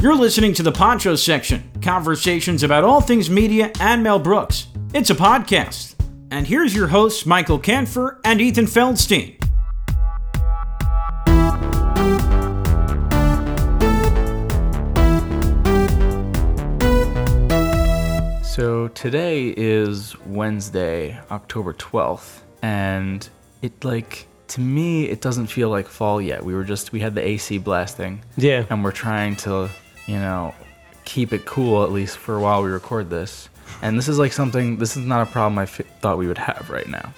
You're listening to the Poncho Section conversations about all things media and Mel Brooks. It's a podcast. And here's your hosts, Michael Canfer and Ethan Feldstein. So today is Wednesday, October 12th, and it like to me it doesn't feel like fall yet. We were just we had the AC blasting. Yeah. And we're trying to, you know, keep it cool at least for a while we record this. And this is like something this is not a problem I f- thought we would have right now.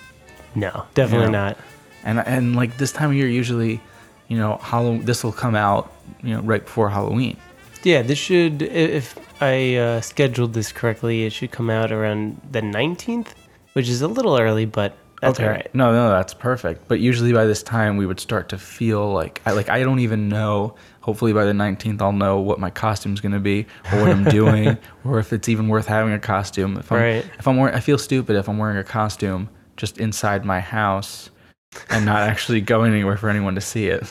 No, definitely Yeah. not. And and like this time of year usually, you know, Halloween this will come out, you know, right before Halloween. Yeah, this should, i- if I uh, scheduled this correctly, it should come out around the 19th, which is a little early, but that's all right. No, no, that's perfect. But usually by this time we would start to feel like I like I don't even know. Hopefully by the 19th I'll know what my costume's going to be or what I'm doing or if it's even worth having a costume. If I'm Right. if I'm wearing I feel stupid if I'm wearing a costume just inside my house and not actually going anywhere for anyone to see it.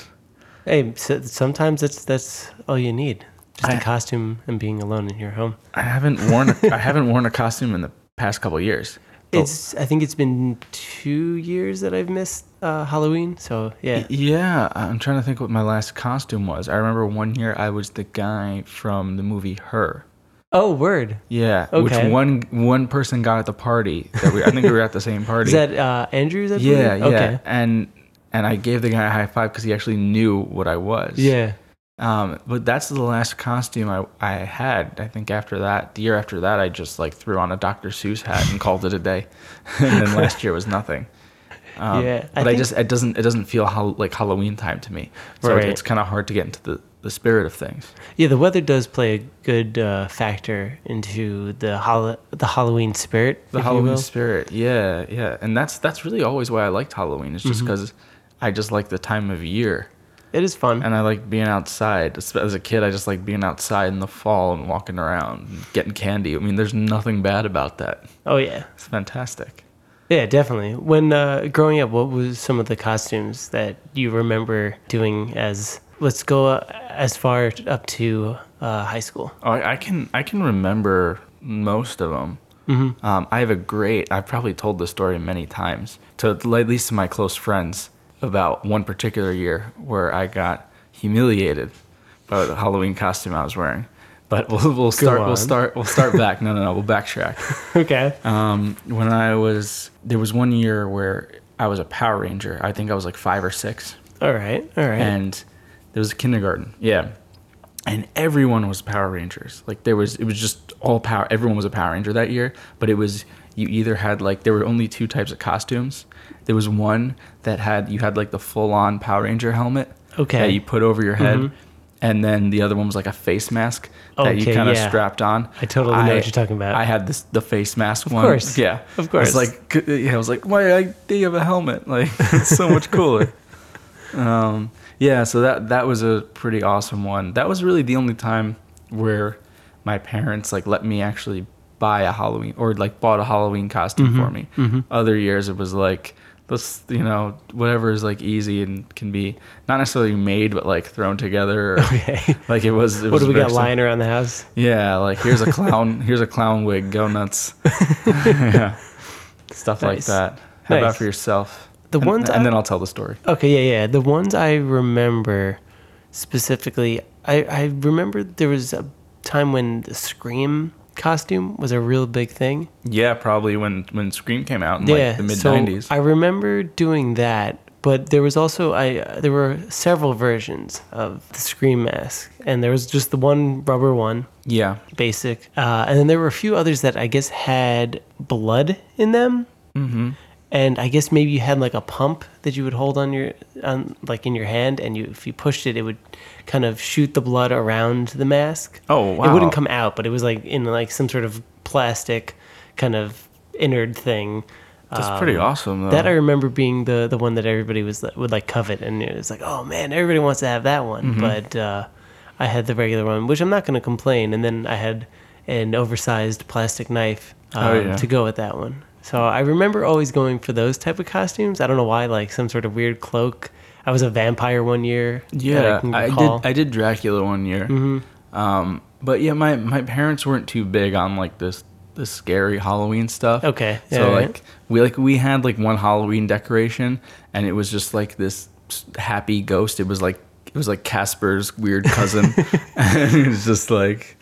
Hey, so, sometimes that's that's all you need. Just a I- costume and being alone in your home. I haven't worn a, I haven't worn a costume in the past couple years. The- It's I think it's been two years that I've missed uh, Halloween, so yeah. Yeah, I'm trying to think what my last costume was. I remember one year I was the guy from the movie Her. Oh, word. Yeah, Okay. which one one person got at the party that we I think we were at the same party. Is that uh, Andrews? I yeah, believe? yeah, Okay. and and I gave the guy a high five because he actually knew what I was. Yeah. Um, but that's the last costume I I had. I think after that, the year after that, I just like threw on a Dr. Seuss hat and called it a day. and then last year was nothing. Um, Yeah, but I I think- just it doesn't it doesn't feel hol- like Halloween time to me. So Right. it's kind of hard to get into the the spirit of things. Yeah, the weather does play a good uh, factor into the hol- the Halloween spirit. the if you Halloween will. spirit. Yeah, yeah, and that's that's really always why I liked Halloween. It's Mm-hmm. just because I just like the time of year, It is fun. and I like being outside. As, as a kid, I just like being outside in the fall and walking around, and getting candy. I mean, there's nothing bad about that. oh yeah, It's fantastic. yeah, definitely. When uh, growing up, what was some of the costumes that you remember doing as? Let's go uh, as far up to uh, high school. Oh, I, I can I can remember most of them. Mm-hmm. Um, I have a great. I've probably told this story many times to at least to my close friends about one particular year where I got humiliated by the Halloween costume I was wearing. But we'll, we'll start. We'll on. start. We'll start back. No, no, no. We'll backtrack. Okay. Um, when I was there was one year where I was a Power Ranger. I think I was like five or six all right. All right. and there was a kindergarten. Yeah. And everyone was Power Rangers. Like there was it was just all power everyone was a Power Ranger that year, but it was you either had like there were only two types of costumes. There was one that had you had like the full on Power Ranger helmet Okay. Mm-hmm. that you put over your head. And then the other one was like a face mask that you Okay, kind of yeah. strapped on. I totally know what you're talking about. I had this the face mask one. course. Yeah. Of It's course. like c- yeah, I was like, why I, they have a helmet? Like it's so much cooler. Um, yeah, so that that was a pretty awesome one. That was really the only time where my parents like let me actually buy a Halloween or like bought a Halloween costume Mm-hmm. for me. Other years it was like this, you know, whatever is like easy and can be not necessarily made but like thrown together. Or, Okay. Like it was. It what was do we very got sim- lying around the house? Yeah, like here's a clown. here's a clown wig. Go nuts. yeah. Stuff Nice. like that. How about Nice. for yourself? The and, ones and I- then I'll tell the story. Okay, yeah, yeah. The ones I remember specifically, I, I remember there was a time when the Scream costume was a real big thing. Yeah, probably when when Scream came out in yeah, like the mid '90s. So I remember doing that, but there was also I there were several versions of the Scream mask, and there was just the one rubber one, yeah, basic, uh, and then there were a few others that I guess had blood in them. hmm and I guess maybe you had like a pump that you would hold on your on like in your hand, and you if you pushed it, it would kind of shoot the blood around the mask. Oh, It wow. wouldn't come out, but it was like in like some sort of plastic kind of innard thing. that's pretty awesome. Though. Um, That I remember being the the one that everybody was would like covet, and it was like, oh man, everybody wants to have that one. Mm-hmm. But uh, I had the regular one, which I'm not going to complain. And then I had an oversized plastic knife um, Oh, yeah. to go with that one. So I remember always going for those type of costumes. I don't know why, like some sort of weird cloak. I was a vampire one year. that yeah, can I, recall. Mm-hmm. did. I did Dracula one year, Um, but yeah, my, my parents weren't too big on like this this scary Halloween stuff. Okay, So yeah, like right. we like we had like one Halloween decoration, and it was just like this happy ghost. It was like it was like Casper's weird cousin. it was just like,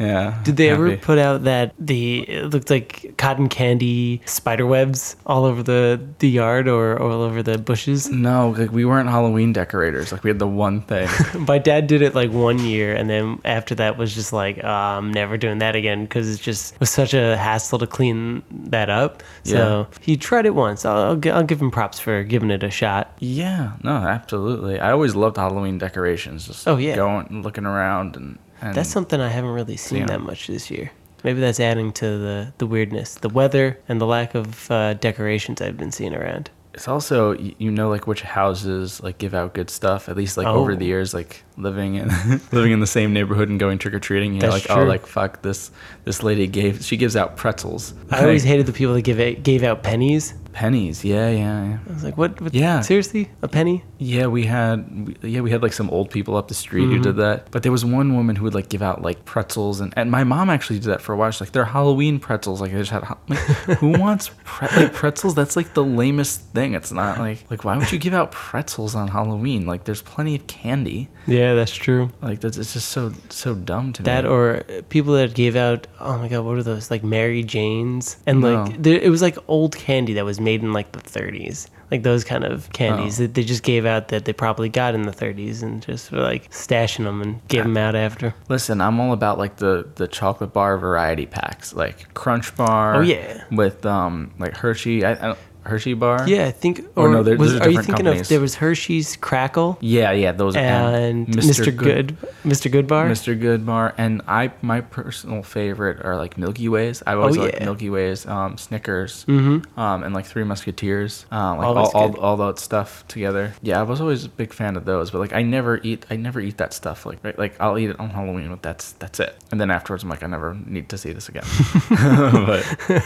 yeah. Did they ever happy. put out that the it looked like cotton candy spider webs all over the, the yard or, or all over the bushes? No, like we weren't Halloween decorators. Like we had the one thing. My dad did it like one year, and then after that was just like, uh, I'm never doing that again because it just was such a hassle to clean that up. So he tried it once. I'll, I'll, gi- I'll give him props for giving it a shot. yeah, no, absolutely. I always loved Halloween decorations. Just Oh, yeah. going and looking around and, and That's something I haven't really seen Yeah. that much this year. Maybe that's adding to the, the weirdness, the weather, and the lack of uh, decorations I've been seeing around. it's also y- you know like which houses like give out good stuff at least like over Oh. the years like living in living in the same neighborhood and going trick or treating you're That's like oh true. like fuck this this lady gave she gives out pretzels I always Like, hated the people that give it, gave out pennies. pennies yeah yeah yeah I was like, what? what Yeah. Seriously? A penny? yeah we had we, yeah we had like some old people up the street who Mm-hmm. did that but there was one woman who would like give out like pretzels and, and my mom actually did that for a while she's like they're Halloween pretzels like I just had ho- like, who wants pre- like pretzels that's like the lamest thing it's not like like why would you give out pretzels on Halloween like there's plenty of candy. Yeah, that's true. Like that's it's just so so dumb to That me. or uh, people that gave out, oh my God, what are those? Like Mary Jane's. And No. like, there, it was like old candy that was made in like the 30s. Like those kind of Oh. candies that they just gave out that they probably got in the 30s and just were like stashing them and gave them out after. Listen, I'm all about like the the chocolate bar variety packs, like Crunch Bar. Oh, yeah. With um like Hershey, I, I don't- Hershey bar. Yeah, I think. Or Or, no, there- was, there's are you different thinking companies. of there was Hershey's Crackle Yeah, yeah, those are- and Mr. Good, Mr. Good Bar? Mr. Good bar, and I my personal favorite are like Milky Ways. I always Oh, like yeah. Milky Ways, um, Snickers, mm-hmm. um, and like Three Musketeers, uh, like all, Always all, good. all that stuff together. Yeah, I was always a big fan of those, but like I never eat I never eat that stuff. Like right, like I'll eat it on Halloween, but that's that's it. And then afterwards, I'm like I never need to see this again. but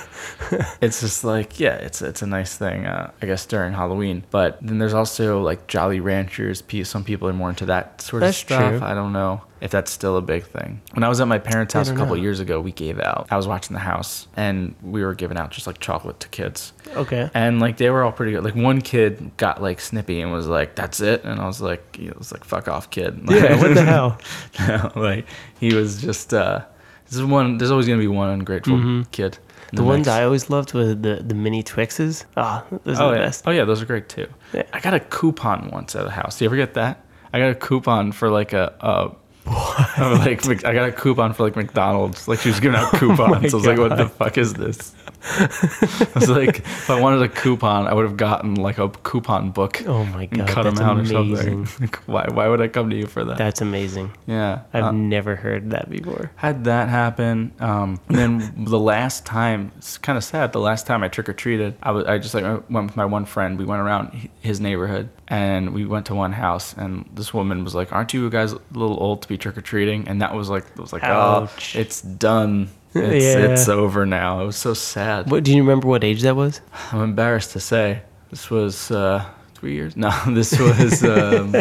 it's just like yeah, it's it's a nice thing, uh, I guess during Halloween. But then there's also like Jolly Ranchers. pe- Some people are more into that sort That's of stuff. true. I don't know if that's still a big thing. When I was at my parents' house a don't couple know. years ago, we gave out. I was watching the house, and we were giving out just like chocolate to kids. Okay. And like they were all pretty good. Like one kid got like snippy and was like, "That's it," and I was like, "It was like fuck off, kid." Like, Yeah, what the hell? no, like he was just. uh This is one. There's always gonna be one ungrateful kid. in Mm-hmm. The ones mix. I always loved were the, the mini Twixes. Ah, those are Oh the yeah. best. oh yeah, those are great too. Yeah. I got a coupon once at a house. Do you ever get that? I got a coupon for like a. Uh, of, Like Mc- I got a coupon for like McDonald's. Like she was giving out Oh coupons. I was like, "What the fuck is this?" I was like, "If I wanted a coupon, I would have gotten like a coupon book Oh my and god, cut that's them out or amazing. something." Like, why? Why would I come to you for that? That's amazing. yeah, I've Uh, never heard that before. had that happen. Um, and then the last time, it's kind of sad. The last time I trick or treated, I was I just like went with my one friend. We went around hi- his neighborhood and we went to one house, and this woman was like, "Aren't you guys a little old to be trick or treating?" And that was like, it was like, Ouch. "Oh, it's done." It's, Yeah. it's over now. It was so sad. What do you remember what age that was? I'm embarrassed to say this was uh, three years. No, this was. Um,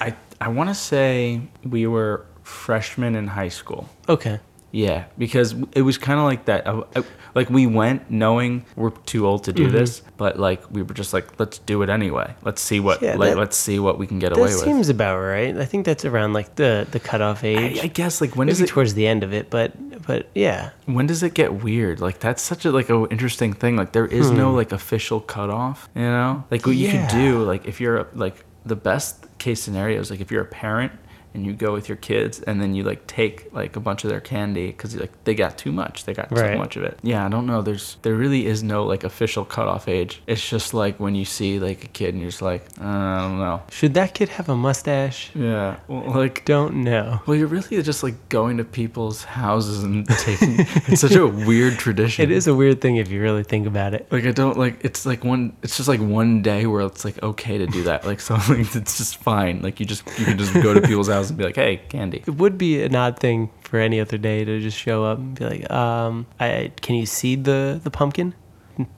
I I want to say we were freshmen in high school. Okay. Yeah, because it was kind of like that. I, I- like we went knowing we're too old to do Mm-hmm. this, but like we were just like, let's do it anyway. Let's see what Yeah, like, that- let's see what we can get That away with. seems about right. I think that's around like the the cutoff age. I, I guess like when does Maybe it towards the end of it, but but yeah. when does it get weird? Like that's such a like a interesting thing. Like there is no like official cutoff. You know, like what you Hmm. Yeah. could do. Like if you're like the best case scenario is like if you're a parent and you go with your kids and then you like take like a bunch of their candy because like they got too much. They got too Right. much of it. Yeah, I don't know. There's there really is no like official cutoff age. It's just like when you see like a kid and you're just like uh, I don't know. Should that kid have a mustache? Yeah, well, like Don't know. well, you're really just like going to people's houses and taking. it's such a weird tradition. It is a weird thing if you really think about it. Like I don't like it's like one it's just like one day where it's like okay to do that. Like so like, it's just fine. Like you just you can just go to people's house and be like, "Hey, candy." It would be an odd thing for any other day to just show up and be like, um, I can you seed the the pumpkin?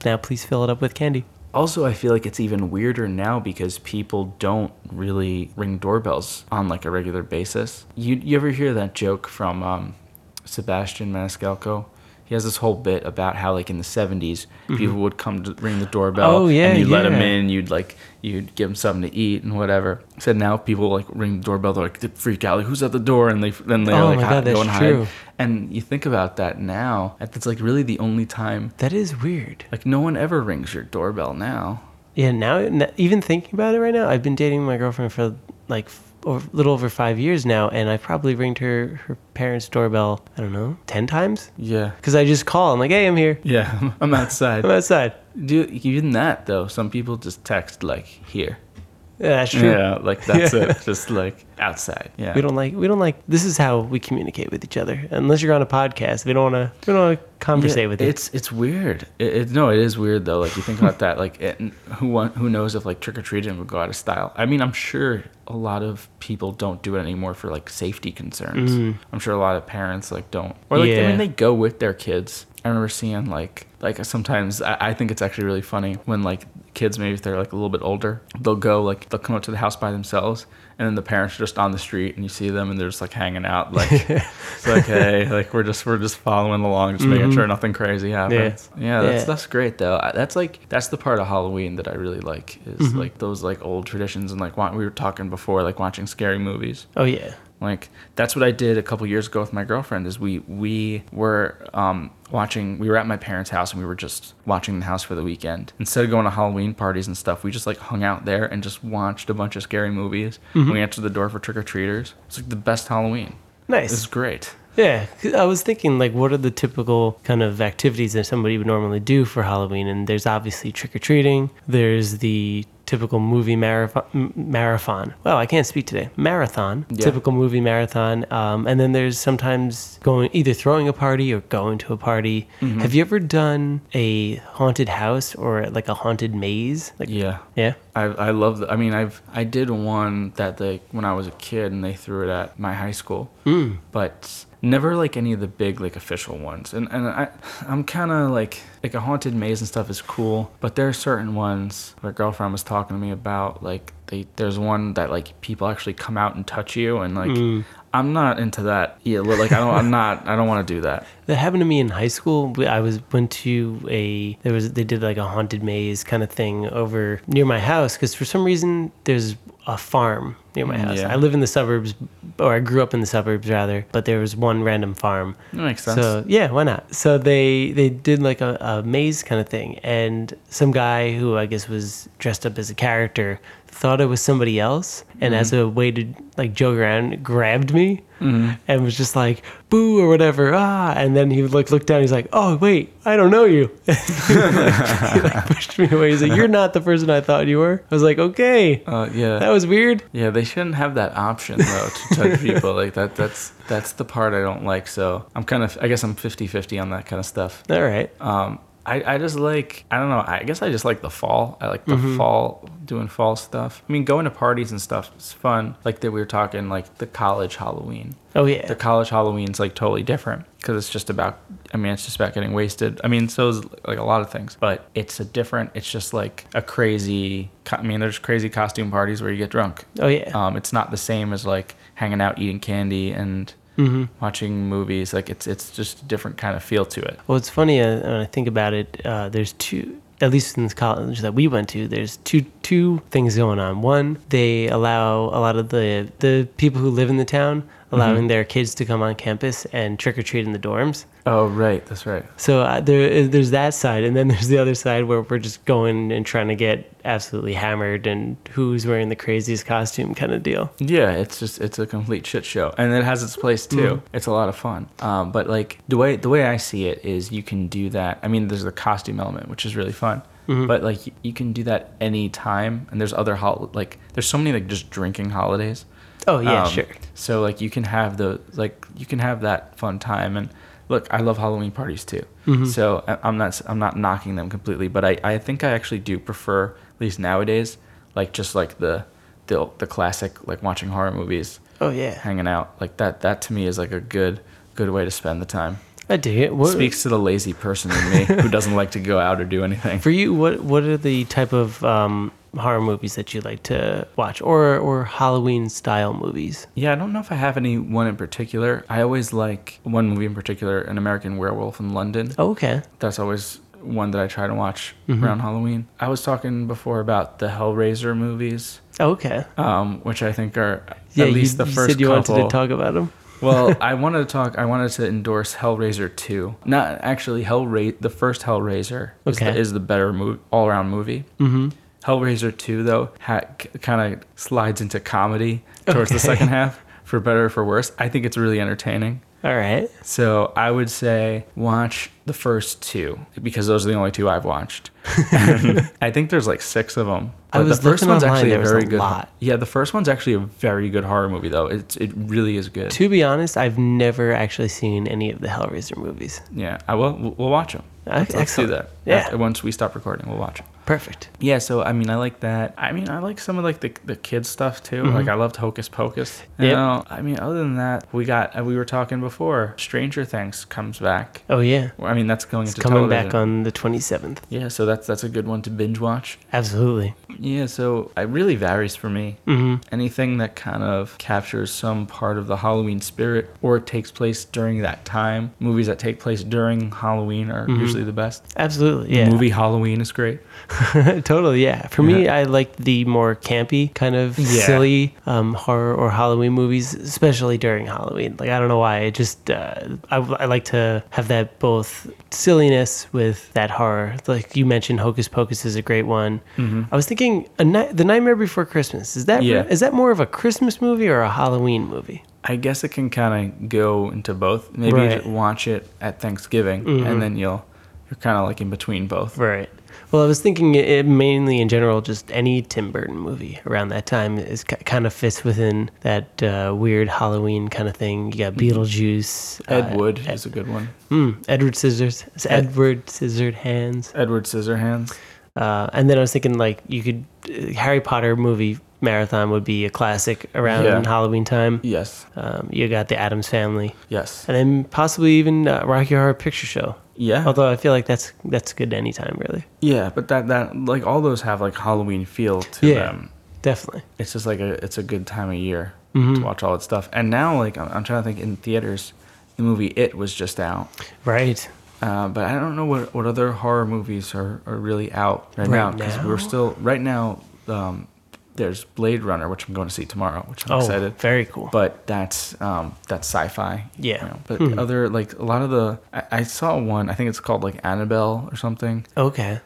Now please fill it up with candy. Also, I feel like it's even weirder now because people don't really ring doorbells on like a regular basis. You you ever hear that joke from um, Sebastian Maniscalco? He has this whole bit about how like in the 70s people would come to ring the doorbell Mm-hmm. Oh, yeah, and you'd let 'em let them yeah. in, you'd like you'd give them something to eat and whatever. So now people like ring the doorbell, they're like they freak out, like who's at the door and they then they Oh like my hi- God, that's go and true. hide. And you think about that now, it's like really the only time That is weird. like no one ever rings your doorbell now. Yeah, now n- even thinking about it right now, I've been dating my girlfriend for like f- a little over five years now, and I probably ringed her her parents' doorbell. I don't know, ten times Yeah. because I just call. I'm like, hey, I'm here. Yeah, I'm outside. I'm outside. Do even that though. Some people just text like here. Yeah, that's true. Yeah, like that's it. Just like outside. Yeah. We don't like we don't like this is how we communicate with each other. Unless you're on a podcast, we don't want to we don't want to conversate Yeah, with you. it's it's weird. It, it, no, it is weird though. Like you think about that. Like it, who want, who knows if like trick or treating would go out of style? I mean, I'm sure a lot of people don't do it anymore for like safety concerns. I'm sure a lot of parents like don't. Or like I Mm. Yeah. mean, they go with their kids. I remember seeing like like sometimes I, I think it's actually really funny when like kids maybe if they're like a little bit older they'll go like they'll come up to the house by themselves and then the parents are just on the street and you see them and they're just like hanging out like it's like hey like we're just we're just following along just making sure nothing crazy happens yeah, that's Yeah. that's great though I- that's like that's the part of halloween that i really like is like those like old traditions and like wa- we were talking before like watching scary movies oh yeah. like that's what I did a couple years ago with my girlfriend. Is we we were um, watching. We were at my parents' house and we were just watching the house for the weekend. Instead of going to Halloween parties and stuff, we just like hung out there and just watched a bunch of scary movies. And we answered the door for trick or treaters. It's like the best Halloween. This is Nice. great. Yeah, 'cause I was thinking like, what are the typical kind of activities that somebody would normally do for Halloween? And there's obviously trick or treating. There's the typical movie marathon. m- Marathon. Wow, I can't speak today. Marathon. Yeah. Typical movie marathon. Um, and then there's sometimes going either throwing a party or going to a party. Mm-hmm. Have you ever done a haunted house or like a haunted maze? Like, Yeah. yeah. I, I love the, I mean I've I did one that they when I was a kid and they threw it at my high school mm. but never like any of the big like official ones and and I I'm kind of like like a haunted maze and stuff is cool but there are certain ones my girlfriend was talking to me about like they there's one that like people actually come out and touch you and like I'm not into that yeah li- like I don't I'm not I don't want to do that That happened to me in high school. We- I was went to a there was they did like a haunted maze kind of thing over near my house because for some reason there's a farm near my house. Yeah. I live in the suburbs, or I grew up in the suburbs rather, but there was one random farm. that makes sense So yeah, why not? So they they did like a, a maze kind of thing, and some guy who I guess was dressed up as a character thought it was somebody else, and as Mm-hmm. a way to like joke around, grabbed me and was just like boo or whatever ah, and then he would like look down, he's like oh wait, I don't know you, he like pushed me away. He's like you're not the person I thought you were. I was like okay, uh, yeah that was weird. Yeah, they shouldn't have that option though to touch people like that. That's that's the part I don't like. So I'm kind of I guess I'm 50-50 on that kind of stuff. All right, Um, I I just like I don't know. I guess I just like the fall. I like the fall doing fall stuff. I mean, going to parties and stuff is fun. Like that we were talking like the college Halloween. oh yeah, The college Halloween's like totally different because it's just about. I mean, it's just about getting wasted. I mean, so is like a lot of things, but it's a different. It's just like a crazy. co- I mean, there's crazy costume parties where you get drunk. oh yeah. Um, it's not the same as like hanging out, eating candy, and Mm-hmm. watching movies. Like it's it's just a different kind of feel to it. Well, it's funny uh, when I think about it. Uh, there's two, at least in this college that we went to. There's two two things going on. One, they allow a lot of the the people who live in the town allowing their kids to come on campus and trick or treat in the dorms. Oh right, that's right. So uh, there, there's that side, and then there's the other side where we're just going and trying to get absolutely hammered, and who's wearing the craziest costume kind of deal. Yeah, it's just it's a complete shit show, and it has its place too. It's a lot of fun. Um, but like the way the way I see it is, you can do that. I mean, there's the costume element, which is really fun. But like you- you can do that any time, and there's other hol like there's so many like just drinking holidays. Oh yeah, Um, sure. So like you can have the like you can have that fun time and look, I love Halloween parties too. Mm-hmm. So I- I'm not I'm not knocking them completely, but I I think I actually do prefer at least nowadays like just like the the the classic like watching horror movies, Oh yeah. hanging out like that that to me is like a good good way to spend the time. I dig it. What, Speaks to the lazy person in me who doesn't like to go out or do anything. For you, what what are the type of um, horror movies that you like to watch, or or Halloween style movies? Yeah, I don't know if I have any one in particular. I always like one movie in particular, An American Werewolf in London. Oh, okay. That's always one that I try to watch Mm-hmm. around Halloween. I was talking before about the Hellraiser movies, Oh, okay. um, which I think are Yeah, at least you, the you first said you couple. wanted to talk about them. well, I wanted to talk. I wanted to endorse Hellraiser two. Not actually Hellraiser. The first Hellraiser is, Okay. the, is the better mov- all around movie. Mm-hmm. Hellraiser two though ha- kind of slides into comedy towards the Okay. second half, for better or for worse. I think it's really entertaining. All right. So I would say watch the first two because those are the only two I've watched. I think there's like six of them. I was the first looking one's online, actually there a was a very good. lot. Yeah, the first one's actually a very good horror movie though. It's it really is good. To be honest, I've never actually seen any of the Hellraiser movies. Yeah, I will. We'll we'll watch them. Okay, Let's, let's do excellent. that. Yeah. After- once we stop recording, we'll watch 'em. Perfect. Yeah. So I mean, I like that. I mean, I like some of like the the kids stuff too. Like I loved Hocus Pocus. You Mm-hmm. Yep. know, I mean, other than that, we got uh, we were talking before. Stranger Things comes back. Oh yeah, I mean, that's going it's into coming television. back on the twenty seventh. Yeah, so that's that's a good one to binge watch. Absolutely. Yeah, so it really varies for me. hmm Anything that kind of captures some part of the Halloween spirit or takes place during that time. Movies that take place during Halloween are usually the best. Absolutely. Mm-hmm. Yeah. Movie Halloween is great. totally. Yeah. For me, I like the more campy kind of Yeah. silly um, horror or Halloween movies, especially during Halloween. Like I don't know why. It just uh, I, I like to have that both silliness with that horror. Like you mentioned, Hocus Pocus is a great one. I was thinking, a Ni- the Nightmare Before Christmas is that Mm-hmm. Yeah. is that more of a Christmas movie or a Halloween movie? I guess it can kind of go into both. Maybe Right. Mm-hmm. watch it at Thanksgiving and then you'll you're kind of like in between both. Right. Well, I was thinking it- it mainly in general, just any Tim Burton movie around that time is ki kind of fits within that uh, weird Halloween kind of thing. You got Beetlejuice, Mm-hmm. Ed uh, Wood is a good one. mm, Edward Scissors, it's Edward Scissored Hands, Edward Scissorhands. uh, and then I was thinking like you could uh, Harry Potter movie marathon would be a classic around Yeah. Halloween time. Yes. Um, you got the Adams Family, Yes. and then possibly even uh, Rocky Horror Picture Show. Yeah. Although I feel like that's that's good anytime really. Yeah, but that that like all those have like Halloween feel to Yeah. them. Definitely. It's just like a it's a good time of year Mm-hmm. to watch all that stuff. And now like I'm, I'm trying to think in theaters, the movie It was just out, Right. uh, but I don't know what what other horror movies are, are really out right, now Right because we're now? still right now. Um, there's Blade Runner, which I'm going to see tomorrow, which I'm Oh, excited. very cool. But that's um, that's sci-fi. Yeah. Hmm. But other like a lot of the I, I saw one. I think it's called like Annabelle or something. Okay.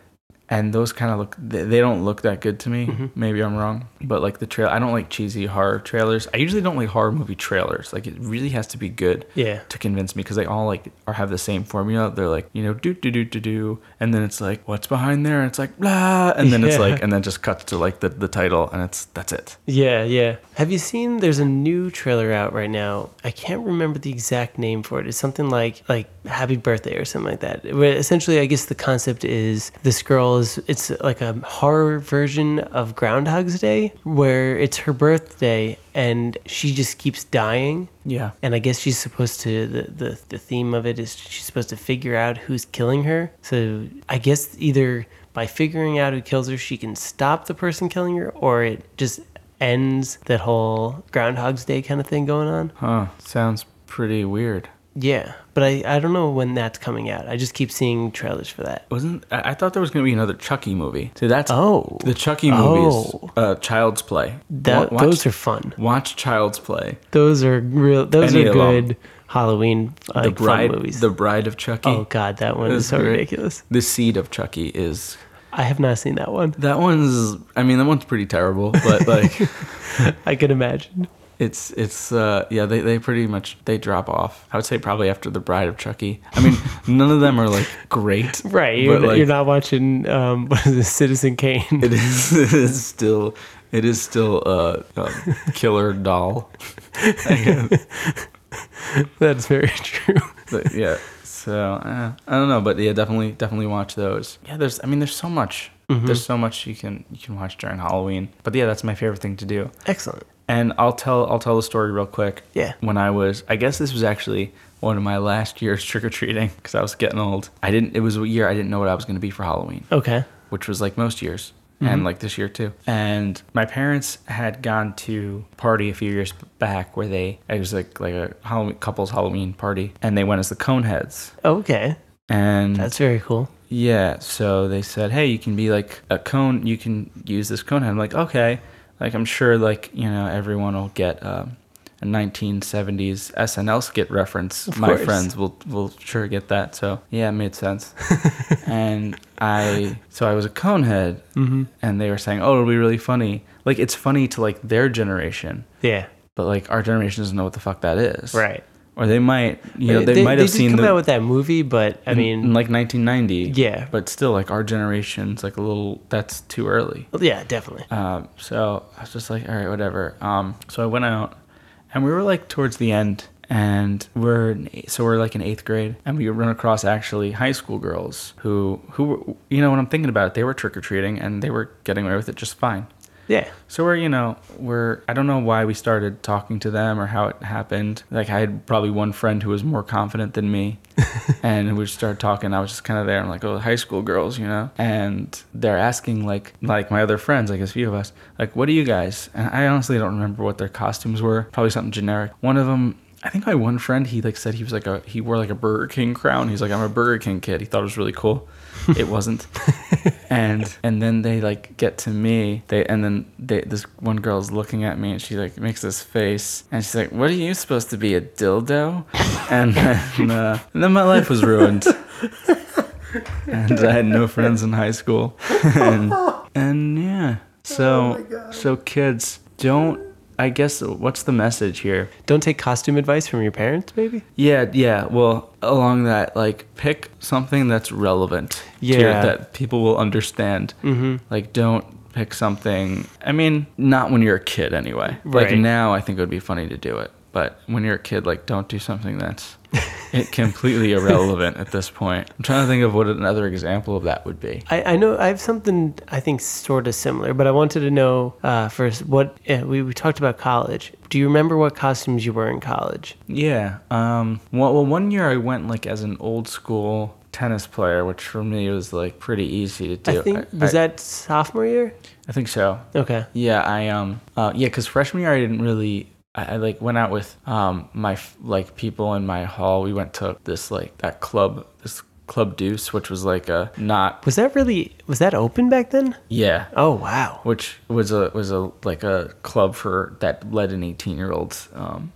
and those kind of look they, they don't look that good to me Mm-hmm. maybe i'm wrong but like the trail i don't like cheesy horror trailers i usually don't like horror movie trailers like it really has to be good Yeah. to convince me because they all like are have the same formula they're like you know do do do do do and then it's like what's behind there and it's like blah and then it's Yeah. like and then just cuts to like the, the title and it's that's it Yeah, yeah. Have you seen there's a new trailer out right now? I can't remember the exact name for it. It's something like like Happy Birthday or something like that. Where essentially I guess the concept is this girl is it's like a horror version of Groundhog's Day where it's her birthday and she just keeps dying. yeah And I guess she's supposed to the, the the theme of it is she's supposed to figure out who's killing her. So I guess either by figuring out who kills her, she can stop the person killing her, or it just ends that whole Groundhog's Day kind of thing going on. huh sounds pretty weird Yeah, but I I don't know when that's coming out. I just keep seeing trailers for that. wasn't I, I thought there was gonna be another Chucky movie? See, that's Oh. the Chucky movies, Oh. uh, Child's Play. That Wa- watch- those are fun. Watch Child's Play. Those are real. Those Any are of 'em. good Halloween like, the bride, fun movies. the bride of Chucky. oh God, that one That's is so great. ridiculous. The seed of Chucky is I have not seen that one. that one's. I mean, that one's pretty terrible, but like I can imagine. it's it's uh yeah they they pretty much they drop off. I would say probably after the bride of Chucky. I mean, none of them are like great. Right, but, you're, like, you're not watching um, what is this, Citizen Kane. It is, it is still it is still uh, um killer doll. That's very true. but yeah so uh, i don't know but yeah definitely definitely watch those yeah there's i mean there's so much there's so much you can you can watch during halloween but yeah that's my favorite thing to do Excellent. And I'll tell I'll tell the story real quick. Yeah. When I was, I guess this was actually one of my last years trick or treating because I was getting old. I didn't. It was a year I didn't know what I was going to be for Halloween Okay. which was like most years and like this year too. And my parents had gone to a party a few years back where they it was like like a Halloween, couple's Halloween party and they went as the Coneheads. Okay. And That's very cool. yeah, so they said, "Hey, you can be like a cone, you can use this cone head." I'm like, "Okay." Like I'm sure like, you know, everyone will get um a 1970s SNL skit reference. My course. friends will will sure get that. So, yeah, it made sense. and I so I was a cone head Mm-hmm. and they were saying, "Oh, it'll be really funny." Like it's funny to like their generation, Yeah. but like our generation doesn't know what the fuck that is. Right. Or they might, you know, they, might have did seen come the out with that movie, but I in- in mean, like 1990. Yeah. but still, like our generation's like a little. That's too early. yeah, definitely. Um, so I was just like, all right, whatever. Um, so I went out, and we were like towards the end, and we're in eight- so we're like in eighth grade, and we run across actually high school girls who who were, you know when I'm thinking about it, they were trick or treating and they were getting away with it just fine. Yeah. So we're, you know, we're, I don't know why we started talking to them or how it happened. Like, I had probably one friend who was more confident than me. and we started talking. I was just kind of there. I'm like, oh, high school girls, you know? And they're asking, like, like my other friends, like, there's a few of us, like, what are you guys? And I honestly don't remember what their costumes were. Probably something generic. One of them, I think my one friend, he like said he was like a he wore like a Burger King crown. He's like, I'm a Burger King kid. He thought it was really cool. It wasn't. and and then they like get to me. They and then they this one girl's looking at me and she like makes this face and she's like, What are you supposed to be a dildo? And then uh, and then my life was ruined. and I had no friends in high school. and, and yeah. So so kids, don't I guess what's the message here? Don't take costume advice from your parents, maybe. Yeah, yeah. Well, along that, like, pick something that's relevant. to your- Yeah. that people will understand. Mm-hmm. Like, don't pick something. I mean, not when you're a kid, anyway. Like Right. now, I think it would be funny to do it, but when you're a kid, like, don't do something that's it completely irrelevant at this point. I'm trying to think of what another example of that would be. I, I know I have something I think sort of similar, but I wanted to know uh, first what yeah, we, we talked about college. Do you remember what costumes you were in college? Yeah. Um. Well, well, one year I went like as an old school tennis player, which for me was like pretty easy to do. I think was that sophomore year. I think so. Okay. Yeah, I um uh yeah, cuz freshman year I didn't really I, I like went out with um my f- like people in my hall. We went to this like that club this Club Deuce, which was like a not Was that really was that open back then? yeah, Oh wow. which was a was a like a club for that led in 18-year-olds um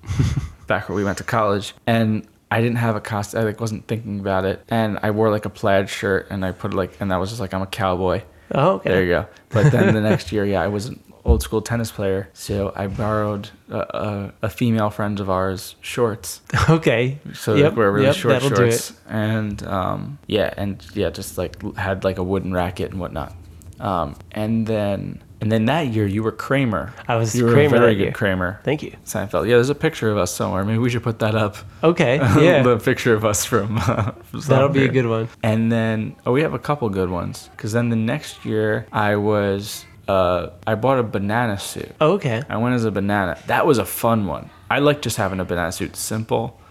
back where we went to college and I didn't have a cost. I like wasn't thinking about it, and I wore like a plaid shirt, and I put like, and that was just like I'm a cowboy. Oh okay. There you go. But then the next year, yeah, I was an old school tennis player, so I borrowed a, a, a female friend of ours shorts. Okay. So Yep, like, we're really yep, short that'll do shorts, it. and um, yeah, and yeah, just like l- had like a wooden racket and whatnot. Um, and then and then that year, you were Kramer. I was you were Kramer a very that good year. Kramer. Thank you. Seinfeld. Yeah, there's a picture of us somewhere. Maybe we should put that up. Okay. Yeah. the picture of us from. Uh, from That'll be a somewhere. good one. And then, oh, we have a couple good ones. Because then the next year, I was, uh, I bought a banana suit. Oh, Okay. I went as a banana. That was a fun one. I like just having a banana suit. Simple.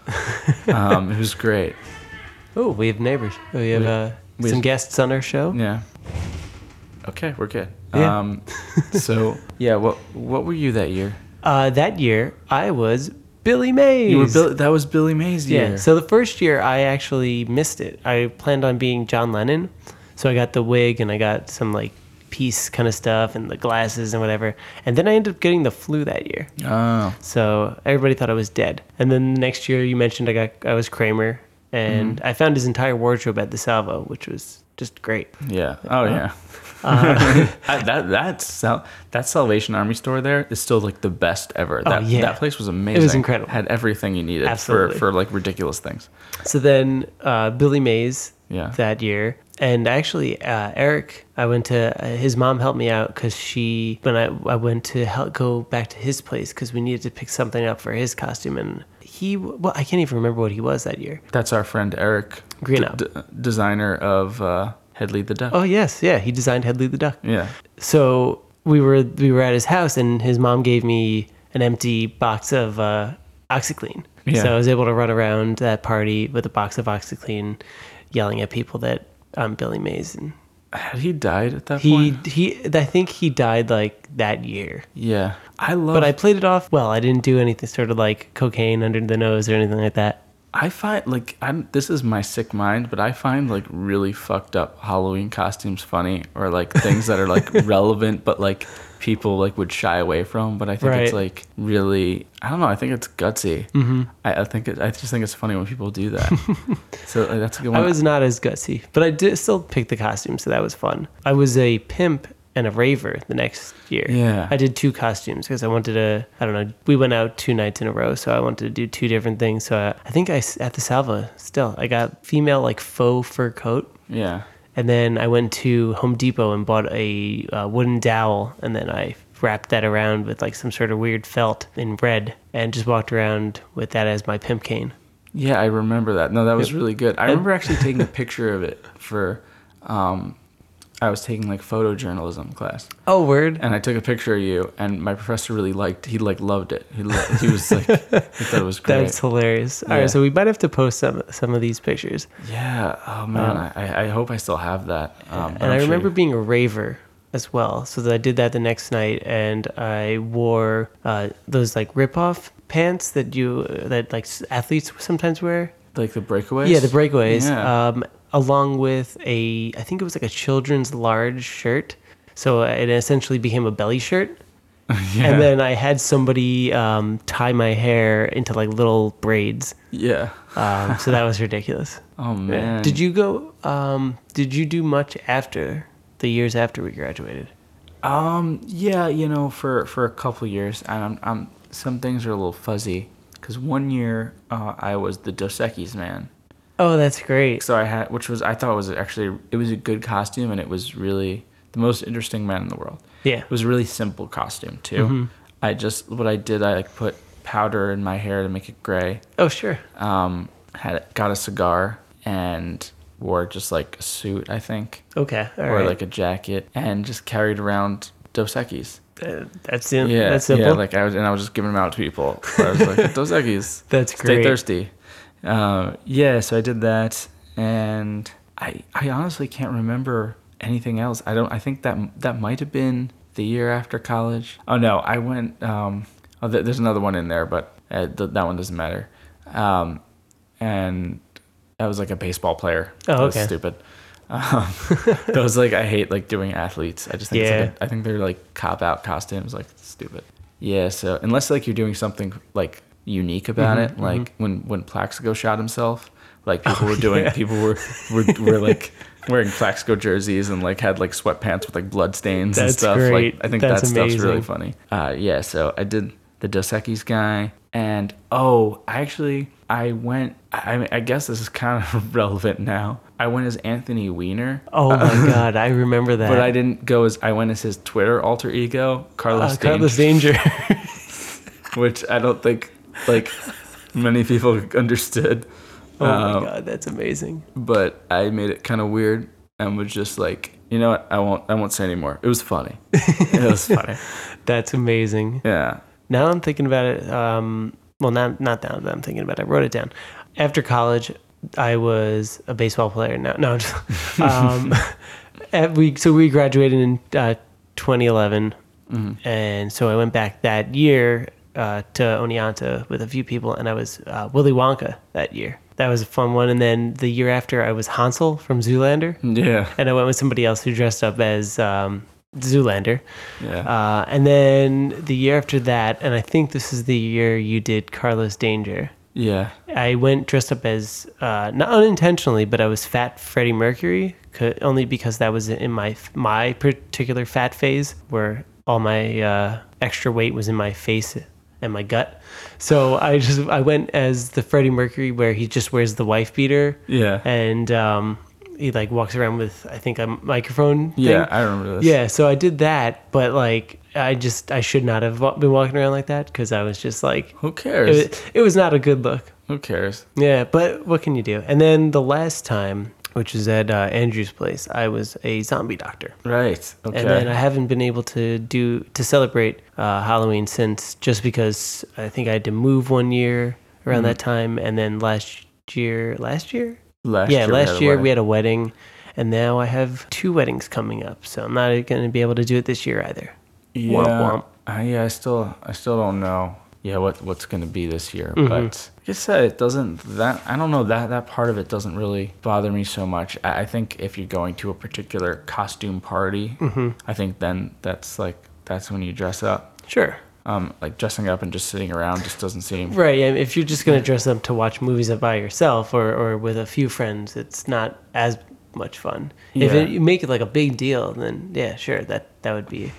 um, it was great. Oh, we have neighbors. We have We- uh, we- some guests on our show. Yeah. Okay, we're good. Yeah. Um, so yeah, what what were you that year? Uh, that year, I was Billy Mays. You were Bill, that was Billy Mays Yeah. year. So the first year, I actually missed it. I planned on being John Lennon, so I got the wig and I got some like piece kind of stuff and the glasses and whatever. And then I ended up getting the flu that year. oh, So everybody thought I was dead. And then the next year, you mentioned I got I was Kramer, and I found his entire wardrobe at the Salvo, which was just great. yeah. Oh yeah. Uh, I, that that sal- that Salvation Army store there is still like the best ever. That, Oh, yeah. that place was amazing. incredible. Had everything you needed Absolutely. for for like ridiculous things. So then uh, Billy Mays Yeah. that year. And actually, uh, Eric, I went to uh, his mom helped me out because she when I, I went to help go back to his place because we needed to pick something up for his costume and he well I can't even remember what he was that year. That's our friend Eric, Greenough. designer of uh, Headley the Duck. Oh yes, yeah, he designed Headley the Duck. Yeah. So we were we were at his house and his mom gave me an empty box of uh, OxyClean. Yeah. So I was able to run around that party with a box of OxyClean, yelling at people that I'm Billy Mays. And Had he died at that he point? he, I think he died like that year. Yeah. I love. But I played it off well. I didn't do anything sort of like cocaine under the nose or anything like that. I find like I'm this is my sick mind, but I find like really fucked up Halloween costumes funny or like things that are like relevant but like people like would shy away from. But I think it's Right. like really I don't know, I think it's gutsy. Mm-hmm. I, I think it, I just think it's funny when people do that. so like, that's a good one. I was not as gutsy, but I did still pick the costume, so that was fun. I was a pimp and a raver the next year. Yeah. I did two costumes because I wanted to. I don't know. We went out two nights in a row, so I wanted to do two different things. So I, I think I s- at the Salva still I got female like faux fur coat, yeah. and then I went to Home Depot and bought a uh, wooden dowel, and then I wrapped that around with like some sort of weird felt in red, and just walked around with that as my pimp cane. Yeah, I remember that. No, that was really good. I remember actually taking a picture of it for um I was taking like photojournalism class. Oh, word. and I took a picture of you, and my professor really liked. He like loved it. He, lo- he was like, he thought it was great. That's hilarious. All Yeah. right, so we might have to post some some of these pictures. yeah. Oh man, I, I hope I still have that. Um, um, and I remember being a raver as well. So that I did that the next night, and I wore uh, those like ripoff pants that you that like s- athletes sometimes wear. like the breakaways. Yeah, the breakaways. Yeah. Um, along with a, I think it was like a children's large shirt. So it essentially became a belly shirt. Yeah. And then I had somebody um, tie my hair into like little braids. yeah. Um, so that was ridiculous. Oh Yeah. man. Did you go? Um, did you do much after the years after we graduated? Um. Yeah. You know, for for a couple years, and I'm, I'm some things are a little fuzzy because one year uh, I was the Dos Equis man. Oh, that's great. So I had, which was I thought was actually it was a good costume, and it was really the most interesting man in the world. Yeah. it was a really simple costume too. I just what I did, I like put powder in my hair to make it gray. Oh, sure. Um, had got a cigar and wore just like a suit, I think, Okay. All or right. like a jacket, and just carried around Dos Equis. Uh, that's sim- Yeah, That's simple. yeah. Like I was, and I was just giving them out to people. I was like, Dos Equis. That's Stay great. thirsty. Uh, yeah, so I did that, and I I honestly can't remember anything else. I don't. I think that that might have been the year after college. Oh no, I went. Um, oh, there- there's another one in there, but uh, th- that one doesn't matter. Um, and I was like a baseball player. Oh, That was okay. stupid. Um, those like I hate like doing athletes. I just think it's Yeah. like a, I think they're like cop out costumes, like stupid. Yeah, so unless like you're doing something like unique about it, like when when Plaxico shot himself, like people were doing people were, were were like wearing Plaxico jerseys and like had like sweatpants with like blood stains and That's stuff. great. Like I think That's that stuff's really funny. amazing. Uh, yeah, so I did the Dos Equis guy, and oh, I actually I went. I, I mean, I guess this is kind of relevant now. I went as Anthony Weiner. oh my God, I remember that. But I didn't go as I went as his Twitter alter ego, Carlos, Uh, Dane, Carlos Danger. which I don't think like many people understood. oh my Um, God, that's amazing. But I made it kind of weird and was just like, you know what? I won't. I won't say anymore. It was funny. it was funny. That's amazing. Yeah. Now I'm thinking about it. Um, well, not not now that I'm thinking about it. I wrote it down. After college, I was a baseball player. No, no. I'm just- um, and we so we graduated in uh, 2011, and so I went back that year uh, to Oneonta with a few people, and I was uh, Willy Wonka that year. That was a fun one. And then the year after, I was Hansel from Zoolander, Yeah. and I went with somebody else who dressed up as um, Zoolander. Yeah. Uh, and then the year after that, and I think this is the year you did Carlos Danger. yeah. I went dressed up as uh, not unintentionally, but I was Fat Freddie Mercury, co- only because that was in my my particular fat phase where all my uh, extra weight was in my face and my gut. So I just I went as the Freddie Mercury where he just wears the wife beater. Yeah. And um, he like walks around with I think a microphone. Yeah. thing. I remember this. Yeah, so I did that, but like I just I should not have wa- been walking around like that because I was just like Who it, cares? was- it was not a good look. Who cares? Yeah, but what can you do? And then the last time which is at uh, Andrew's place, I was a zombie doctor. Right. Okay. And then I haven't been able to do to celebrate uh, Halloween since, just because I think I had to move one year around that Hmm. time, and then last year, last year, last yeah, we last had a year wedding. we had a wedding, and now I have two weddings coming up, so I'm not going to be able to do it this year either. Yeah. Womp I, yeah, I still I still don't know. Yeah, what what's gonna be this year? Mm-hmm. But like I said, it doesn't that I don't know that that part of it doesn't really bother me so much. I, I think if you're going to a particular costume party, Mm-hmm. I think then that's like that's when you dress up. Sure. Um, like dressing up and just sitting around just doesn't seem Right. and If you're just going to dress up to watch movies by yourself or, or with a few friends, it's not as much fun. If Yeah. it, you make it like a big deal, then yeah, sure. That, that would be,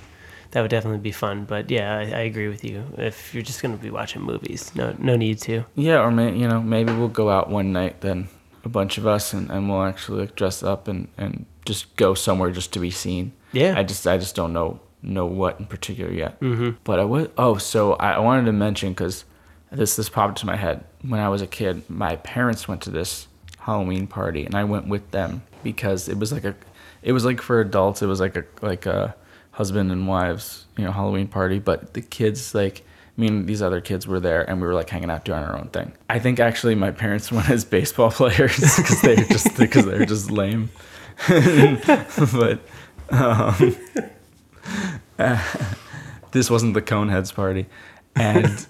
that would definitely be fun. But yeah, I, I agree with you. If you're just going to be watching movies, no, no need to. Yeah, or may, you know, maybe we'll go out one night then a bunch of us and, and we'll actually like dress up and, and just go somewhere just to be seen. Yeah. I just I just don't know know what in particular yet. Mm-hmm. But I was oh so I I wanted to mention because this this popped into my head when I was a kid. My parents went to this Halloween party and I went with them because it was like a it was like for adults. It was like a like a husband and wives you know Halloween party, but the kids like me and these other kids were there and we were like hanging out doing our own thing. I think actually my parents went as baseball players because they were just because they were just lame. but this wasn't the Coneheads party, and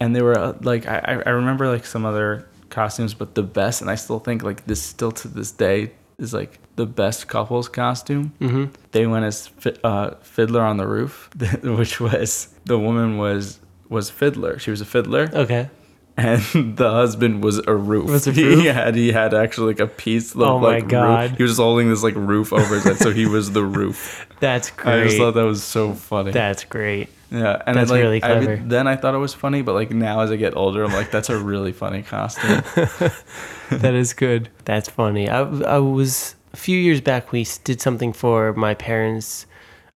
and they were uh, like I I- I remember like some other costumes, but the best, and I still think like this still to this day is like the best couples costume. Mm-hmm. They went as fi- uh, Fiddler on the Roof, which was the woman was was Fiddler. She was a fiddler, Okay. and the husband was a roof. Oh. Was a He roof? had he had actually like a piece of Oh my like God. roof. He was just holding this like roof over his head, so he was the roof. That's I just great. thought that was so funny. That's great. Yeah, and That's I, like, really I would- clever. then I thought it was funny, but like now as I get older, I'm like, that's a really funny costume. that is good. That's funny. I, I was a few years back. We s- did something for my parents.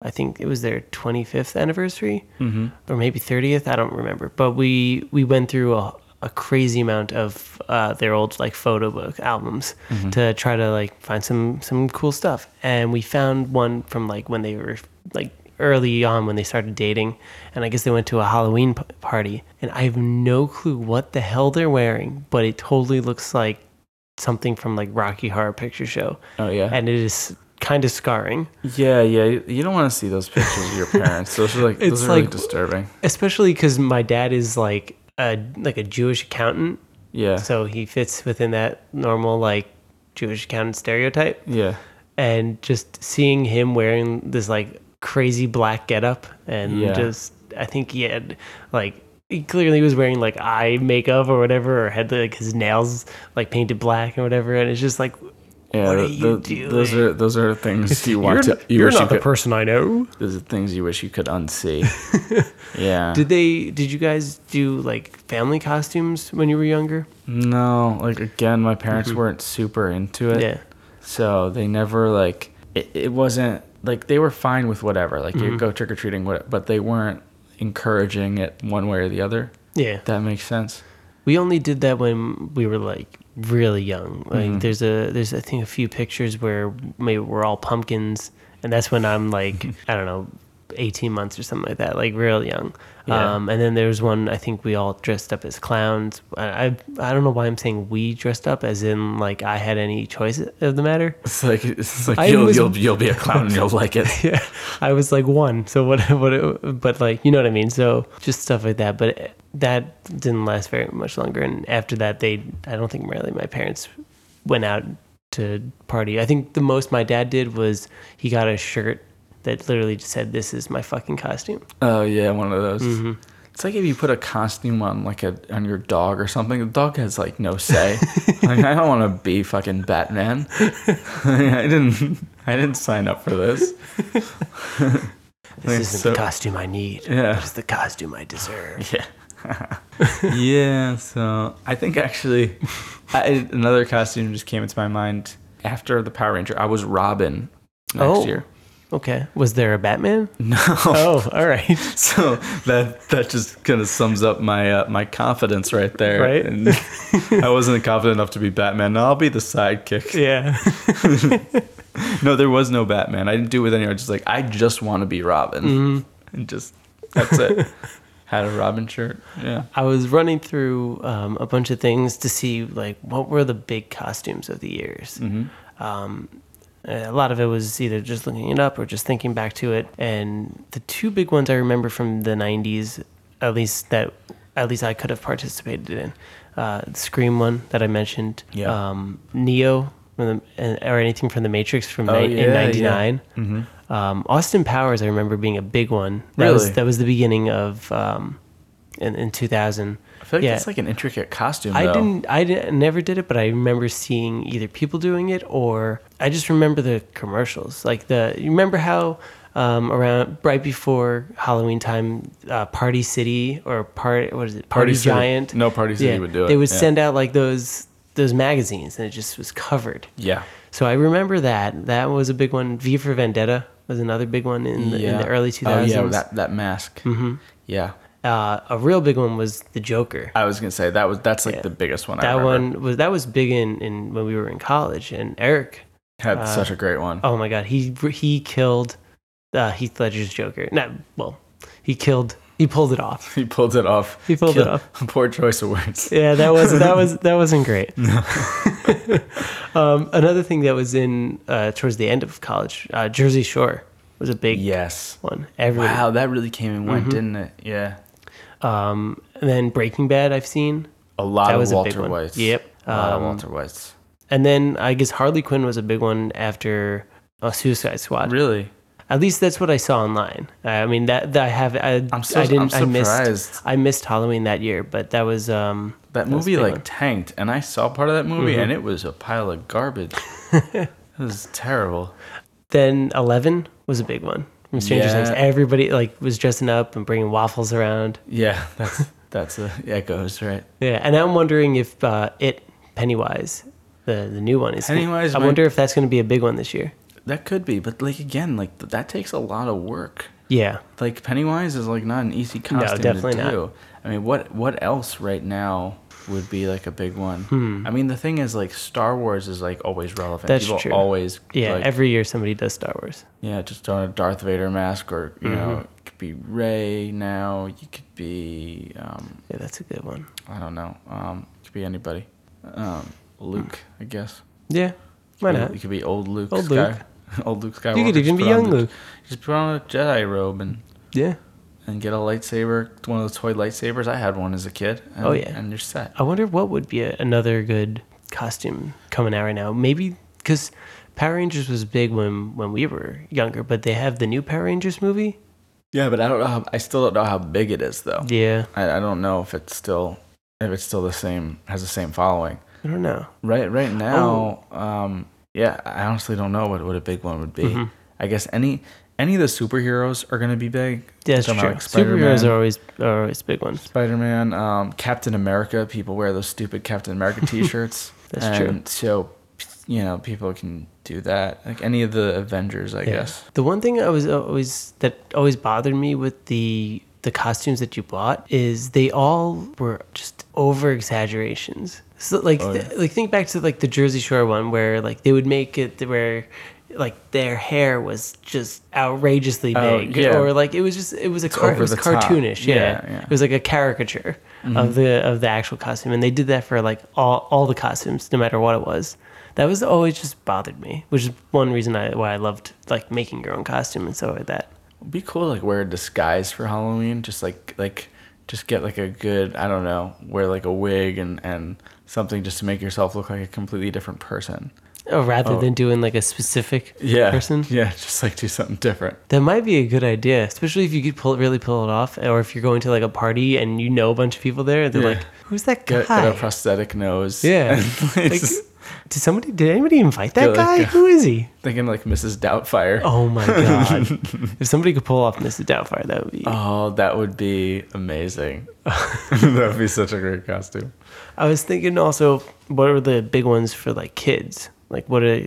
I think it was their 25th anniversary, or maybe 30th. I don't remember. But we we went through a, a crazy amount of uh, their old like photo book albums to try to like find some some cool stuff. And we found one from like when they were like early on when they started dating and i guess they went to a halloween p- party and i have no clue what the hell they're wearing but it totally looks like something from like rocky horror picture show Oh yeah, and it is kind of scarring yeah, yeah. You you don't want to see those pictures of your parents. Those are like It's those are really like- disturbing. especially because my dad is like a like a jewish accountant Yeah, so he fits within that normal like jewish accountant stereotype yeah, and just seeing him wearing this like crazy black getup and Yeah. just I think he had like he clearly was wearing like eye makeup or whatever or had like his nails like painted black or whatever and it's just like yeah. What are th- you th- Those doing? are those are things you want to. You you're wish not you the could, person I know. Those are things you wish you could unsee. yeah. Did they did you guys do like family costumes when you were younger? no, like again, my parents weren't super into it. Mm-hmm. Yeah. So they never like it, it wasn't like they were fine with whatever, like Mm-hmm. you go trick or treating, what, but they weren't encouraging it one way or the other. Yeah. That makes sense. We only did that when we were like really young. Like there's a there's I think a few pictures where maybe we're all pumpkins, and that's when I'm like I don't know, eighteen months or something like that, like real young. Yeah. Um, and then there's one I think we all dressed up as clowns. I, I I don't know why I'm saying we dressed up as in like I had any choice of the matter. It's like it's like I you'll was- you'll you'll be a clown and you'll like it. yeah, I was like one. So what? What? But like, you know what I mean. So just stuff like that. But eh, that didn't last very much longer. And after that, they, I don't think really my parents went out to party. I think the most my dad did was he got a shirt that literally just said, "This is my fucking costume." Oh yeah, one of those. Mm-hmm. It's like if you put a costume on like a on your dog or something. The dog has like no say. like I don't want to be fucking Batman. I didn't I didn't sign up for this. This Like, isn't so- the costume I need. Yeah. It's the costume I deserve. Yeah. yeah, so I think actually I, another costume just came into my mind after the Power Ranger. I was Robin next Oh. year. Okay. Was there a Batman? No. Oh, all right. So that that just kind of sums up my uh, my confidence right there. Right. And I wasn't confident enough to be Batman. I'll be the sidekick. Yeah. No, there was no Batman. I didn't do it with anyone. I was Just like I just want to be Robin, Mm-hmm. and just that's it. Had a Robin shirt. Yeah. I was running through um, a bunch of things to see like what were the big costumes of the years. Mm-hmm. Um, a lot of it was either just looking it up or just thinking back to it. And the two big ones I remember from the '90s, at least that at least I could have participated in, uh, the Scream one that I mentioned, Yeah. um, Neo, from the, or anything from the Matrix from Oh, ni- yeah, yeah. in '99. Um, Austin Powers, I remember being a big one. That was Really? that was the beginning of um, in, in 2000. I feel like yeah. that's like an intricate costume. I though. didn't. I di- never did it, but I remember seeing either people doing it or I just remember the commercials. Like the you remember how um, around right before Halloween time, uh, Party City or part what is it? Party, Party City. Giant. No, Party City would do it, They would yeah. send out like those those magazines, and it just was covered. Yeah. So I remember that. That was a big one. V for Vendetta was another big one in the, in the early 2000s. Oh yeah, with that that mask. Mm-hmm. Yeah. uh, a real big one was the Joker. I was gonna say that was that's like Yeah. the biggest one. I that remember. one was that was big in, in when we were in college. And Eric, had such a great one. uh, oh my God, he he killed uh, Heath Ledger's Joker. Not well, he killed. He pulled it off. He pulled it off. He pulled it off. Poor choice of words. Yeah, that was that was that wasn't great. um, another thing that was in uh, towards the end of college, uh, Jersey Shore was a big Mm-hmm. Yes. one. Everybody, Wow, that really came and went, didn't it? Yeah. Um, and then Breaking Bad, I've seen. A lot That of was a big Walter one. White's. Uh, Yep. A lot of Um, Walter White's. And then I guess Harley Quinn was a big one after uh, Suicide Squad. Really? At least that's what I saw online. I mean that, that I have. I, I'm so- I didn't. I'm I surprised. missed. I missed Halloween that year, but that was um That was a movie big like one. Mm-hmm. tanked, and I saw part of that movie, and it was a pile of garbage. it was terrible. Then Eleven was a big one from Stranger Yeah. Things. Everybody like was dressing up and bringing waffles around. Yeah, that's that's a echoes, right? Yeah, and I'm wondering if uh, it Pennywise, the the new one is. Pennywise I might- wonder if that's going to be a big one this year. That could be, but like again, like th- that takes a lot of work. Yeah, Like Pennywise is like not an easy costume definitely to not. do. I mean, what what else right now would be like a big one? I mean, the thing is, like Star Wars is like always relevant. Hmm. That's People true. always yeah. like, every year somebody does Star Wars. yeah, just throw on a Darth Vader mask, or you Mm-hmm. know, it could be Ray now. You could be um, Yeah, that's a good one. I don't know. Um, it could be anybody. Um, Luke, I guess. Yeah, why Could be- not? It could be old Luke. Old Sky- old Luke Skywalker. even Just put be on young the- Luke. Just put on a Jedi robe and Yeah. and get a lightsaber, one of those toy lightsabers. I had one as a kid. And, Oh, yeah. and you're set. I wonder what would be a, another good costume coming out right now. Maybe because Power Rangers was big when when we were younger, but they have the new Power Rangers movie. Yeah, but I don't know. How, I still don't know how big it is though. Yeah, I, I don't know if it's still if it's still the same has the same following. I don't know. Right right now, Oh. um, yeah, I honestly don't know what, what a big one would be. Mm-hmm. I guess any any of the superheroes are gonna be big. Yeah, that's true. Talking about, Superheroes Spider-Man. are always are always big ones. Spider-Man, um, Captain America. People wear those stupid Captain America T-shirts. That's and So, you know, people can do that. Like any of the Avengers, I guess. The one thing I was always that always bothered me with the the costumes that you bought is they all were just over exaggerations. So like Oh, th- like think back to like the Jersey Shore one where like they would make it th- where like their hair was just outrageously Oh, big yeah. or like it was just it was a car- it over was the top. cartoonish yeah. Yeah, yeah. Mm-hmm. it was like a caricature of the of the actual costume and they did that for like all all the costumes no matter what it was that was always just bothered me which is one reason I, why i loved like making your own costume and stuff like that It'd be cool to, like wear a disguise for Halloween. Just like like just get like a good I don't know wear like a wig and and something just to make yourself look like a completely different person. oh, rather than doing like a specific Yeah. person Yeah. Just like do something different. that might be a good idea especially if you could pull really pull it off or if you're going to like a party and you know a bunch of people there and they're Yeah. like who's that guy Get, get a prosthetic nose. yeah Like, like, did somebody did anybody invite that Get, guy like, a- who is he thinking like Mrs. Doubtfire. Oh my god! if somebody could pull off Mrs. Doubtfire, that would be. Oh, that would be amazing. that would be such a great costume. I was thinking also, what are the big ones for like kids? Like, what are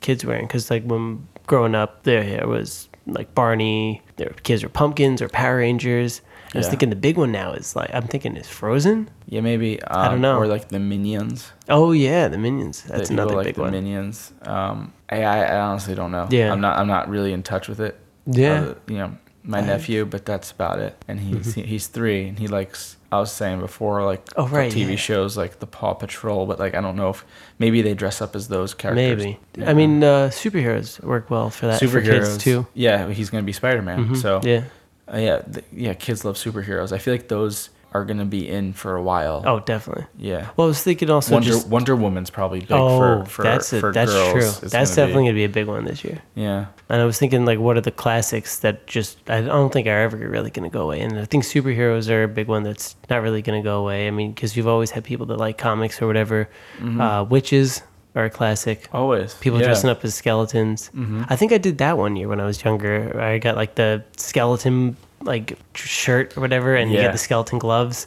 kids wearing? Because like when growing up, their hair was like Barney. Their kids are pumpkins or Power Rangers. I was Yeah. thinking the big one now is like I'm thinking is Frozen. Yeah, maybe. Um, don't know. Or like the Minions. Oh yeah, the Minions. that That's people another like big the one. Minions. Um, I, I I honestly don't know. Yeah. I'm not I'm not really in touch with it. Yeah. Mm-hmm. Other- you know my nephew, but that's about it. And he's he- he's three, and he likes. I was saying before, like Oh, for right, TV yeah. shows like the Paw Patrol, but like I don't know if maybe they dress up as those characters. Maybe. Yeah. I mean, uh, superheroes work well for that for kids too. Yeah, he's gonna be Spider Man. Mhm, So yeah. uh, yeah, th- yeah. Kids love superheroes. I feel like those are gonna be in for a while. Oh, definitely. yeah. Well, I was thinking also Wonder just Wonder Woman's probably big oh, for for that's it. for that's girls. true. It's That's gonna be- definitely gonna be a big one this year. yeah. And I was thinking like, what are the classics that just I don't think are ever really gonna go away. And I think superheroes are a big one that's not really gonna go away. I mean, because you've always had people that like comics or whatever. Mm-hmm. Uh, witches are a classic. Always. People yeah. Mm-hmm. dressing up as skeletons. I think I did that one year when I was younger. I got like the skeleton like tr- shirt or whatever, and you Yeah. Mm-hmm. get the skeleton gloves,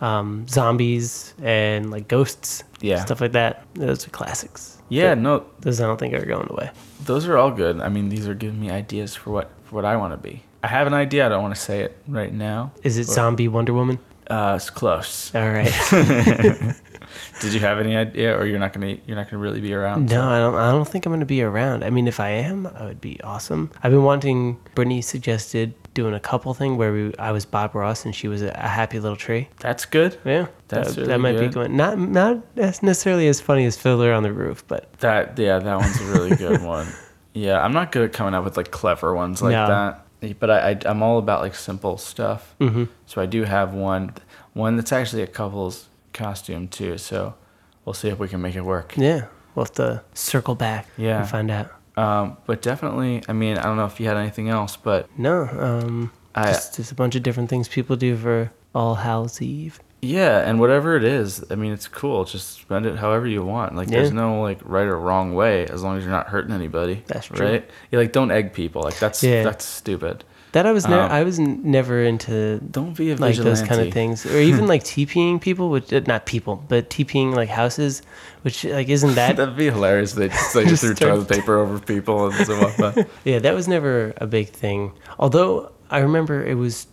um, zombies, and like ghosts, Yeah. stuff like that. Those are classics. Yeah, no, Those I don't think are going away. those are all good. I mean, these are giving me ideas for what for what I want to be. I have an idea. I don't want to say it right now. Is it Or- zombie Wonder Woman? Uh, it's close. All right. Did you have any idea, or you're not gonna you're not gonna really be around? no, I don't. I don't think I'm going to be around. I mean, if I am, I would be awesome. I've been wanting. Brittany suggested doing a couple thing where we, I was Bob Ross and she was a, a happy little tree. That's good. Yeah, That's that, really that might be good. going not not as necessarily as funny as Fiddler on the Roof, but That yeah, that one's a really good one. Yeah, I'm not good at coming up with like clever ones like No. that. But I, I I'm all about like simple stuff. Mm-hmm. So I do have one one that's actually a couple's costume too. So we'll see if we can make it work. yeah, we'll have to circle back. Yeah. and find out. Um, but definitely, I mean, I don't know if you had anything else, but No, um, I- just, just a bunch of different things people do for All Hallows Eve. yeah, and whatever it is, I mean, it's cool. Just spend it however you want. Like, there's Yeah. no like right or wrong way as long as you're not hurting anybody. That's true. Right? You like don't egg people. Like that's Yeah. that's stupid. That I was ne- Um, I was n- never into Don't be a like vigilante. those kind of things, or even like TPing people, which uh, not people, but TPing like houses, which like isn't that That'd be hilarious. They just like Just threw turn- toilet paper over people and so on. Yeah, that was never a big thing. Although I remember it was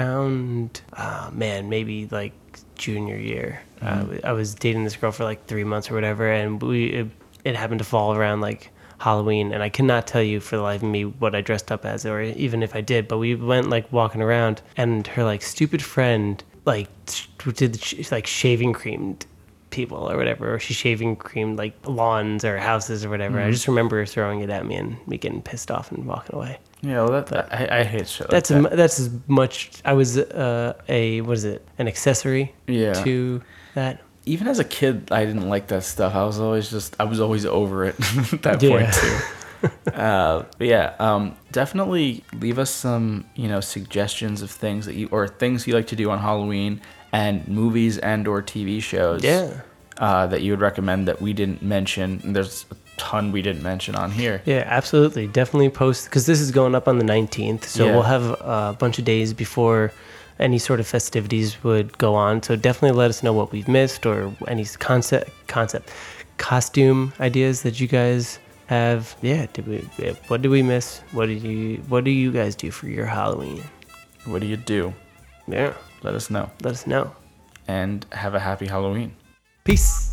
around, ah, man, maybe like junior year. Uh, I was dating this girl for like three months or whatever, and we it, it happened to fall around like Halloween, and I cannot tell you for the life of me what I dressed up as, or even if I did. But we went like walking around, and her like stupid friend like sh- did the sh- like shaving creamed people or whatever, or she shaving creamed like lawns or houses or whatever. Mm-hmm. I just remember her throwing it at me and me getting pissed off and walking away. Yeah, well, that I, I hate shit. Like That's that. a, that's as much. I was uh, a what is it? An accessory Yeah. to that. even as a kid, I didn't like that stuff. I was always just I was always over it at that Yeah. point too. uh, but yeah, um, definitely leave us some you know suggestions of things that you or things you like to do on Halloween and movies and or TV shows. Yeah. Uh, that you would recommend that we didn't mention. And there's a ton we didn't mention on here. Yeah, absolutely. Definitely post because this is going up on the 19th. So Yeah. we'll have a bunch of days before any sort of festivities would go on. So definitely let us know what we've missed or any concept concept costume ideas that you guys have. Yeah, did we yeah, what did we miss? What did you what do you guys do for your Halloween? What do you do? Yeah, Let us know let us know. and have a happy Halloween. Peace.